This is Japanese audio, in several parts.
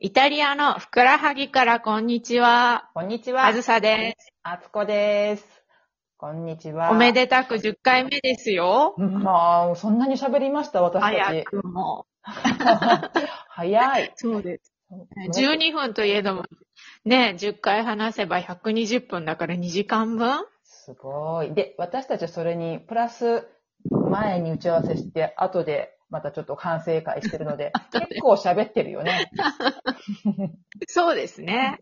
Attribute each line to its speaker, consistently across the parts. Speaker 1: イタリアのふくらはぎからこんにちは。
Speaker 2: こんにちは。
Speaker 1: あずさで
Speaker 2: あつこです。こんにち
Speaker 1: す。
Speaker 2: は。
Speaker 1: おめでたく10回目ですよ。
Speaker 2: まあ、そんなに喋りました、私た
Speaker 1: 早
Speaker 2: ち。
Speaker 1: くも。
Speaker 2: 早い。
Speaker 1: そうです。
Speaker 2: 十
Speaker 1: 12分といえども、ね、10回話せば120分だから2時間分
Speaker 2: すごい。で、私たちはそれに、プラス、前に打ち合わせして、後で、またちょっと反省会してるので、
Speaker 1: 後で
Speaker 2: 結構喋ってるよね。
Speaker 1: そうですね。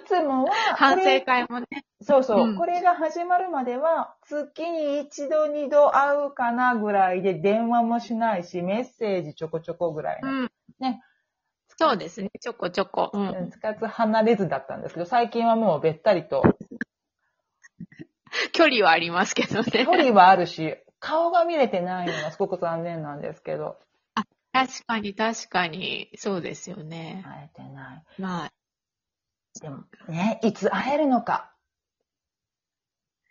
Speaker 2: いつもは、
Speaker 1: 反
Speaker 2: これ
Speaker 1: 省会もね。
Speaker 2: そうそう、
Speaker 1: うん
Speaker 2: これが始まるまでは、月に一度二度会うかなぐらいで、電話もしないし、メッセージちょこちょこぐらいの
Speaker 1: うん。
Speaker 2: ね。
Speaker 1: そうですね。ちょこちょこ。う
Speaker 2: うん
Speaker 1: ん。
Speaker 2: つかず離れずだったんですけど、最近はもうべったり と、
Speaker 1: 距離はありますけどね
Speaker 2: 距。離はあるし、顔が見れてないのがすごく残念なんですけど、
Speaker 1: 確かに確かに。そうですよね。
Speaker 2: 会えてない。
Speaker 1: まあ。
Speaker 2: でもね、いつ会えるのか。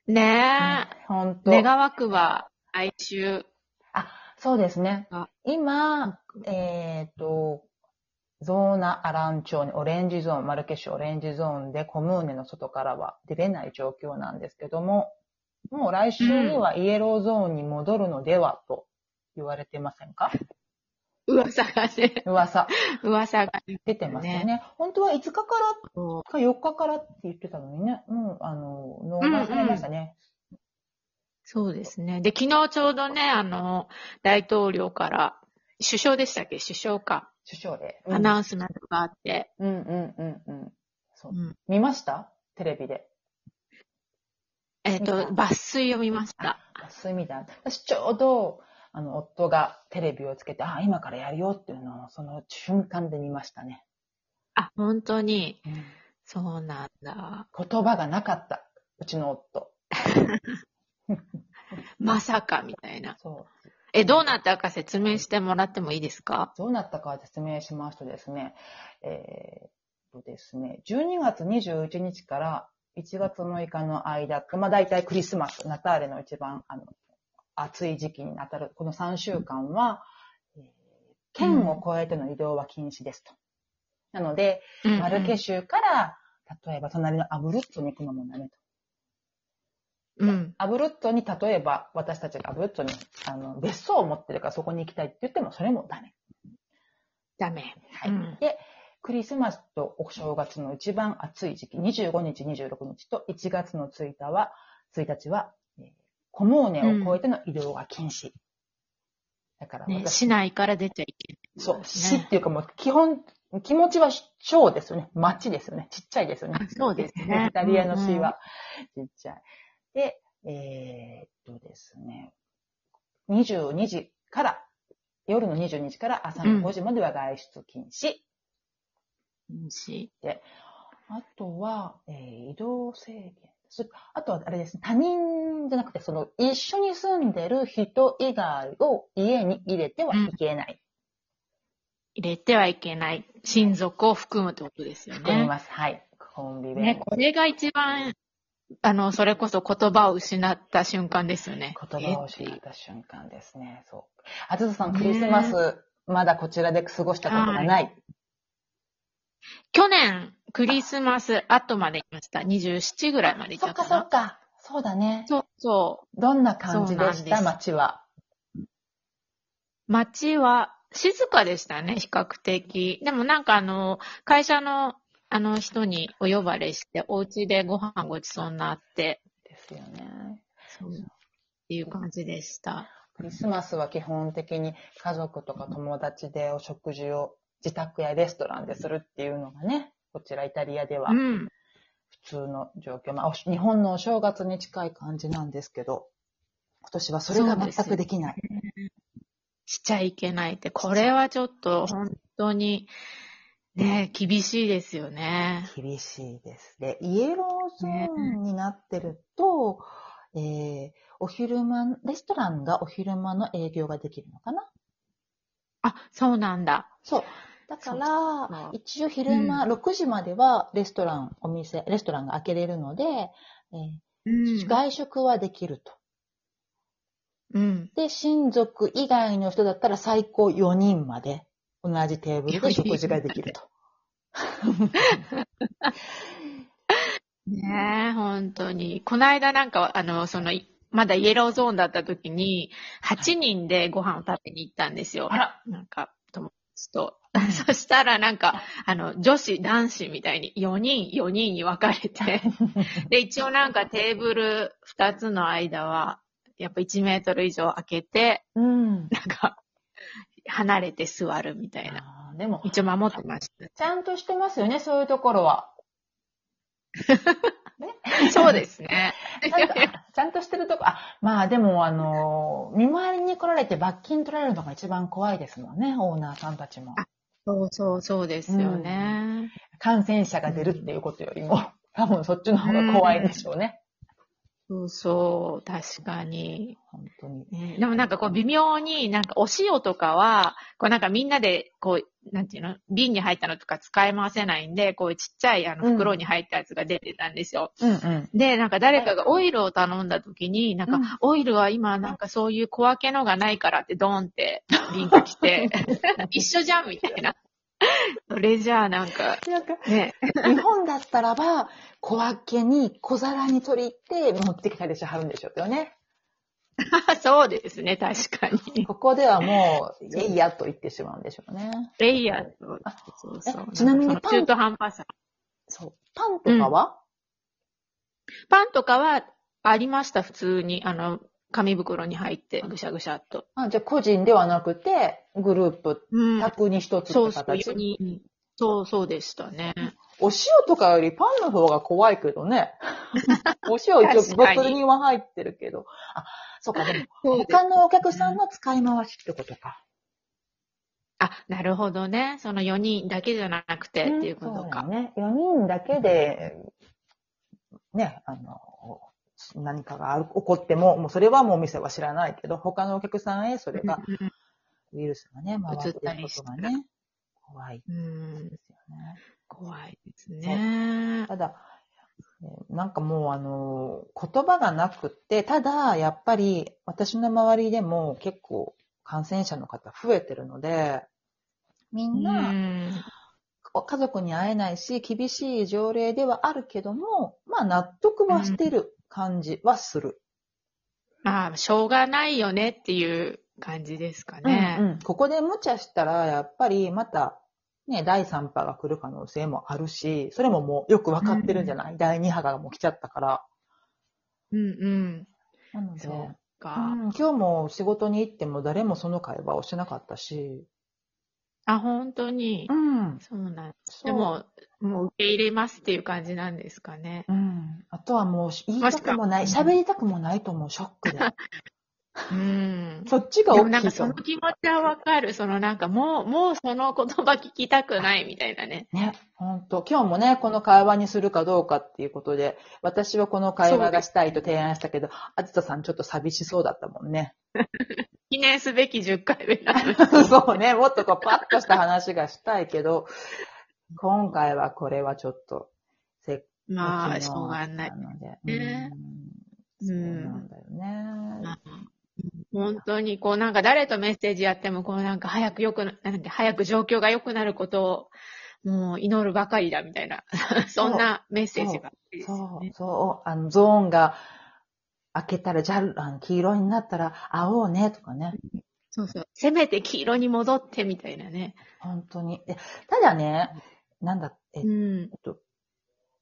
Speaker 1: ね
Speaker 2: 本
Speaker 1: え。
Speaker 2: 当。
Speaker 1: 願わくば、来週。
Speaker 2: そうですね
Speaker 1: あ。
Speaker 2: 今、えっ、と、ゾーナ・アラン町にオレンジゾーン、マルケシュオレンジゾーンでコムーネの外からは出れない状況なんですけども、もう来週にはイエローゾーンに戻るのではと言われてませんか
Speaker 1: 噂がね。
Speaker 2: 噂
Speaker 1: 噂がね。
Speaker 2: 出てますよね。本当は5日から
Speaker 1: こ
Speaker 2: か4日からって言ってたのにね、もう、あの、
Speaker 1: うん
Speaker 2: 納されましたね。
Speaker 1: うそうですね。で、昨日ちょうどね、あの、大統領から、首相でしたっけ首相か。
Speaker 2: 首相で。
Speaker 1: アナウンスメントがあって。
Speaker 2: うんうんうんうん。そううん見ましたテレビで。
Speaker 1: えっ、と、抜粋を見ました。
Speaker 2: そういう意味だ。私ちょうど、あの、夫がテレビをつけて、あ、今からやるよっていうのを、その瞬間で見ましたね。
Speaker 1: あ、本当に。そうなんだ。
Speaker 2: 言葉がなかった。うちの夫。
Speaker 1: まさか、みたいな。
Speaker 2: そう。
Speaker 1: え、どうなったか説明してもらってもいいですか
Speaker 2: どうなったか説明しますとですね、えーっとですね、12月21日から1月6日の間、まあ大体クリスマス、ナターレの一番あの暑い時期に当たるこの3週間は、えー県を越えての移動は禁止ですと。なので、
Speaker 1: うん
Speaker 2: マルケシュから、例えば隣のアブルットに行くのもダメと。
Speaker 1: うん。
Speaker 2: アブルットに例えば私たちがアブルットにあの別荘を持ってるからそこに行きたいって言ってもそれもダメ。
Speaker 1: ダメ。
Speaker 2: はい
Speaker 1: うん
Speaker 2: で、クリスマスとお正月の一番暑い時期、25日、26日と1月の1日は、1日は、えーコモーネを越えての移動が禁止。だから
Speaker 1: ね、
Speaker 2: 私、
Speaker 1: 市内から出ちゃいけない。
Speaker 2: そう、市っ
Speaker 1: ね。
Speaker 2: ていうかもう基本、気持ちは小ですよね。町ですよね。ちっちゃいですよね
Speaker 1: あ。そうですね
Speaker 2: イタリアの市は、ちっちゃい。で、えーっとですね、22時から、夜の22時から朝の5時までは外出禁止。
Speaker 1: 市
Speaker 2: あとは、えー移動制限。そあとは、あれですね、他人じゃなくて、その、一緒に住んでる人以外を家に入れてはいけない。
Speaker 1: 入れてはいけない。親族を含むってことですよ
Speaker 2: 含み
Speaker 1: ね。
Speaker 2: ます。はい。コンビ弁。
Speaker 1: ね、これが一番、あの、それこそ言葉を失った瞬間ですよね。
Speaker 2: 言葉を知
Speaker 1: え
Speaker 2: った瞬間ですね。そう。あずささん、クリスマス、まだこちらで過ごしたことがない。
Speaker 1: 去年、クリスマス後まで行きました。27ぐらいまで行
Speaker 2: そ
Speaker 1: っ
Speaker 2: ったか
Speaker 1: か
Speaker 2: そっ
Speaker 1: な。
Speaker 2: か。そうだね。
Speaker 1: そうそ
Speaker 2: どんな感
Speaker 1: そ
Speaker 2: じでし
Speaker 1: うな
Speaker 2: た
Speaker 1: んです
Speaker 2: 街は。
Speaker 1: う。街は静かでしたね、比較的。でもなんかあの、会社の、あの人にお呼ばれして、お家でご飯ごちそうになって、
Speaker 2: ですよね。
Speaker 1: そうっていう感じでした。
Speaker 2: クリスマスは基本的に家族とか友達でお食事を自宅やレストランでするっていうのがね、こちらイタリアでは
Speaker 1: う
Speaker 2: 普
Speaker 1: ん。
Speaker 2: 通の状況。まあ、お日本のお正月に近い感じなんですけど、今年はそれが全くできない。
Speaker 1: しちゃいけないって、これはちょっと本当に、ね、厳しいですよね。
Speaker 2: 厳しいです。で、イエローゾーンになってると、えーお昼間、レストランがお昼間の営業ができるのかな
Speaker 1: あ、そうなんだ。
Speaker 2: そう。だか
Speaker 1: そうそう
Speaker 2: ら、一応昼間、6時まではレストラン、お店、レストランが開けれるので、え
Speaker 1: う
Speaker 2: ー
Speaker 1: ん。
Speaker 2: 外食はできると。
Speaker 1: うん。
Speaker 2: で、親族以外の人だったら最高4人まで同じテーブルで食事ができると。
Speaker 1: ねえ、本当に。この間なんか、あの、その、いまだイエローゾーンだった時に、8人でご飯を食べに行ったんですよ。
Speaker 2: あら
Speaker 1: なんか、友達と。 そしたらなんか、あの、女子、男子みたいに4人、4人に分かれて。で、一応なんかテーブル2つの間は、やっぱ1メートル以上空けて、
Speaker 2: うん。
Speaker 1: なんか、離れて座るみたいな。
Speaker 2: あーでも、
Speaker 1: 一応守ってまし
Speaker 2: ちゃんとしてますよね、そういうところ は。
Speaker 1: た。そうですね。
Speaker 2: なんか ちゃんとしてるとこ、あ、まあでも、あのー見回りに来られて罰金取られるのが一番怖いですもんね、オーナーさんたちも。
Speaker 1: そうそう、そうですよね。
Speaker 2: 感染者が出るっていうことよりも、多分そっちの方が怖いでしょうね。
Speaker 1: そうそう、確かに。
Speaker 2: 本当に。
Speaker 1: ねでもなんかこう微妙になんかお塩とかは、こうなんかみんなでこう、なんていうの、瓶に入ったのとか使い回せないんで、こうちっちゃいあ
Speaker 2: う
Speaker 1: の
Speaker 2: ん
Speaker 1: 袋に入ったやつが出てたんですよ。
Speaker 2: うんうん。
Speaker 1: で、なんか誰かがオイルを頼んだ時に、なん
Speaker 2: うん
Speaker 1: かオイルは今なんかそういう小分けのがないからってドーンって瓶が来 て、一緒じゃんみたいな。それじゃあなんか、
Speaker 2: なんか
Speaker 1: ね、
Speaker 2: 日本だったらば、小分けに小皿に取り入って持ってきたりしはるんでしょうよね。
Speaker 1: そうですね、確かに。
Speaker 2: ここではもう、いやいやと言ってしまうんでしょうね。
Speaker 1: レイヤーと
Speaker 2: あ、
Speaker 1: そう
Speaker 2: え
Speaker 1: そう。
Speaker 2: ちなみに
Speaker 1: んかその中途半端さ。
Speaker 2: そう。パンとかは、
Speaker 1: パンとかはありました、普通に。あの、紙袋に入って、ぐしゃぐしゃっと。
Speaker 2: あじゃあ個人ではなくて、グループ、
Speaker 1: うん。
Speaker 2: 宅に一つって
Speaker 1: そう
Speaker 2: 形。
Speaker 1: そう、4人。そうそうでしたね。
Speaker 2: お塩とかよりパンの方が怖いけどね。お塩一応
Speaker 1: 確か
Speaker 2: ボ
Speaker 1: に
Speaker 2: トルには入ってるけど。あ、そうか、で
Speaker 1: そ
Speaker 2: も、
Speaker 1: うです
Speaker 2: 他のお客さんの使い回しってことか。
Speaker 1: あ、なるほどね。その4人だけじゃなくてっていうこと
Speaker 2: そうだ
Speaker 1: か。
Speaker 2: ね。4人だけで、ね、あの、何かが起こっても、もうそれはもうお店は知らないけど、他のお客さんへそれが、
Speaker 1: うん
Speaker 2: ウイルスがね、回ってることがね、怖い
Speaker 1: うん、
Speaker 2: ですよね。
Speaker 1: 怖いですね。
Speaker 2: ただ、えーなんかもうあのー、言葉がなくって、ただ、やっぱり私の周りでも結構感染者の方増えてるので、み
Speaker 1: うん
Speaker 2: な、
Speaker 1: ん、
Speaker 2: お家族に会えないし、厳しい条例ではあるけども、まあ納得はしてる感じはする。
Speaker 1: まあ、しょうがないよねっていう感じですか
Speaker 2: うん
Speaker 1: ね。
Speaker 2: うんここで無茶したら、やっぱりまた、ね、第3波が来る可能性もあるし、それももうよくわかってるんじゃない、第2波がもう来ちゃったから。
Speaker 1: うん、うん、
Speaker 2: なので、
Speaker 1: そうか。
Speaker 2: うん、今日も仕事に行っても誰もその会話をしなかったし。
Speaker 1: あ、本当に。
Speaker 2: ん。
Speaker 1: そうなん
Speaker 2: そう
Speaker 1: で、も、もう受け入れますっていう感じなんですかね。
Speaker 2: うん。あとはもう言い
Speaker 1: も
Speaker 2: た
Speaker 1: し
Speaker 2: く
Speaker 1: か
Speaker 2: もな
Speaker 1: う
Speaker 2: い、
Speaker 1: ん
Speaker 2: 喋りたくもないと思う、ショック で。
Speaker 1: うん。
Speaker 2: そっちが
Speaker 1: でも
Speaker 2: 大
Speaker 1: なん
Speaker 2: き
Speaker 1: か
Speaker 2: いと
Speaker 1: そ
Speaker 2: 思
Speaker 1: の気持ちはわかる。そのなんかもう、もうその言葉聞きたくないみたいなね。
Speaker 2: う。ね、本当今日もね、この会話にするかどうかっていうことで、私はこの会話がしたいと提案したけど、あずたさんちょっと寂しそうだったもんね。
Speaker 1: 記念すべき10回目なのに。
Speaker 2: そうね、もっとこうパッとした話がしたいけど、今回はこれはちょっと、せっ
Speaker 1: まあ、しょうがない
Speaker 2: な。ので。
Speaker 1: ね
Speaker 2: うん。そうなんだよね。
Speaker 1: まあ本当に、こうなんか誰とメッセージやっても、こうなんか早く良くな、なんか早く状況が良くなることを、もう祈るばかりだみたいな、そんなメッセージが。
Speaker 2: そう、そう、あの、ゾーンが開けたら、じゃあ、あの黄色になったら会おうね、とかね。
Speaker 1: そうそう。せめて黄色に戻ってみたいなね。
Speaker 2: 本当に。でただね、なんだ、えっ
Speaker 1: うん。
Speaker 2: と、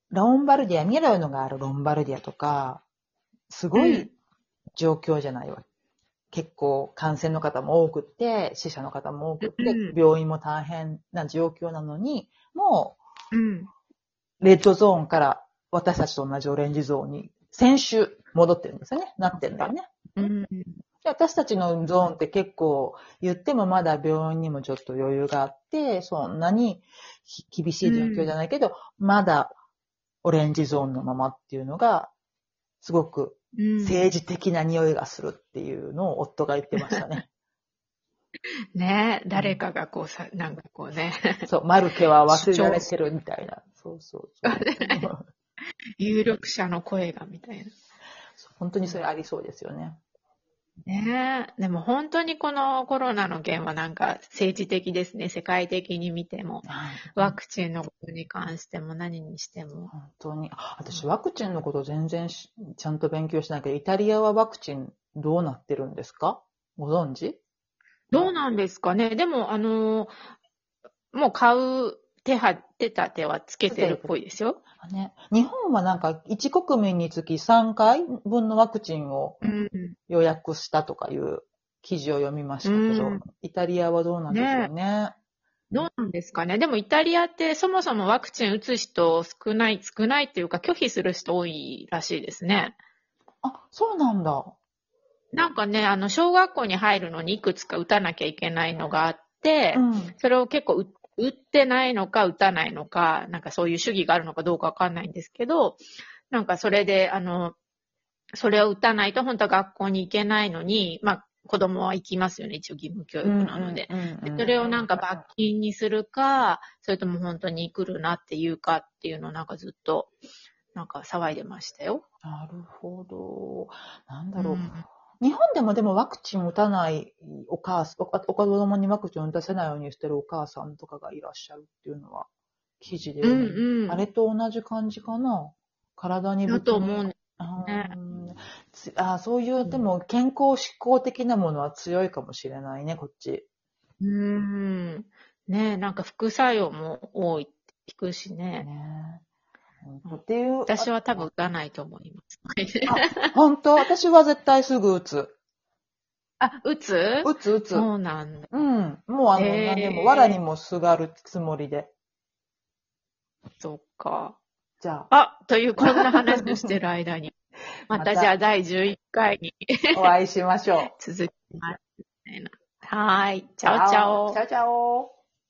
Speaker 2: ロンバルディア、ミラノがあるロンバルディアとか、すご
Speaker 1: う
Speaker 2: い
Speaker 1: ん
Speaker 2: 状況じゃないわ。結構感染の方も多くって、死者の方も多くって
Speaker 1: う、ん
Speaker 2: 病院も大変な状況なのに、もう
Speaker 1: うん。
Speaker 2: レッドゾーンから私たちと同じオレンジゾーンに先週戻ってるんですよね。なってるんだよね。
Speaker 1: うん。
Speaker 2: で私たちのゾーンって結構言ってもまだ病院にもちょっと余裕があって、そんなにひ厳しい状況じゃないけど、まだオレンジゾーンのままっていうのが、すごく
Speaker 1: うん
Speaker 2: 政治的な匂いがするっていうのを夫が言ってました ね。
Speaker 1: ねえ、誰かがこうさ、なんかこう ね、
Speaker 2: そう、マルケは忘れられてるみたいな。そうそう そう。
Speaker 1: 有力者の声がみたいな。
Speaker 2: 本当にそれありそうですよね。
Speaker 1: ねえ。でも本当にこのコロナの件はなんか政治的ですね。世界的に見ても。ワクチンのことに関しても何にしても。
Speaker 2: 本当に。あ私、ワクチンのこと全然しちゃんと勉強してないけど、イタリアはワクチンどうなってるんですかご存知
Speaker 1: どうなんですかね。でも、あのーもう買う手は、手立てはつけてるっぽいですよ。
Speaker 2: ね、日本はなんか1国民につき3回分のワクチンを
Speaker 1: うん。
Speaker 2: 予約したとかいう記事を読みましたけど、
Speaker 1: うん
Speaker 2: イタリアはどうなんでしょうね。
Speaker 1: どうなんですかね。でもイタリアってそもそもワクチン打つ人少ない、少ないっていうか拒否する人多いらしいですね。
Speaker 2: あ、そうなんだ。
Speaker 1: なんかね、あの、小学校に入るのにいくつか打たなきゃいけないのがあって、
Speaker 2: うん。
Speaker 1: それを結構う打ってないのか打たないのか、なんかそういう主義があるのかどうかわかんないんですけど、なんかそれで、あの、それを打たないと本当は学校に行けないのに、まあ子供は行きますよね、一応義務教育なので。
Speaker 2: うんうんうんうん
Speaker 1: でそれをなんか罰金にするか、それとも本当に来るなっていうかっていうのをなんかずっと、なんか騒いでましたよ。
Speaker 2: なるほど。なんだろう。
Speaker 1: うん
Speaker 2: 日本でもでもワクチン打たないお母さん、おお子供にワクチンを打たせないようにしてるお母さんとかがいらっしゃるっていうのは記事で、
Speaker 1: うんうん。
Speaker 2: あれと同じ感じかな体に
Speaker 1: だと思うん
Speaker 2: あ
Speaker 1: ね
Speaker 2: ーつあーそういう、でも健康志向的なものは強いかもしれないね、こっち。
Speaker 1: うーん。ねえ、なんか副作用も多い、聞くしね。
Speaker 2: ねっていう。
Speaker 1: 私は多分打たないと思います。
Speaker 2: あ。本当私は絶対すぐ打つ。
Speaker 1: あ、打つ
Speaker 2: 打つ打つ。
Speaker 1: そうなんだ。
Speaker 2: うん。もうあの、
Speaker 1: へー
Speaker 2: 何でも、藁にもすがるつもりで。
Speaker 1: そっか。
Speaker 2: じゃ
Speaker 1: あ、
Speaker 2: あ、
Speaker 1: というこんな話をしてる間に。 また
Speaker 2: また
Speaker 1: じゃあ第11回に
Speaker 2: お会いしましょう。
Speaker 1: 続きます。みたいなはーい。チャオチャオ
Speaker 2: チャオチャオ。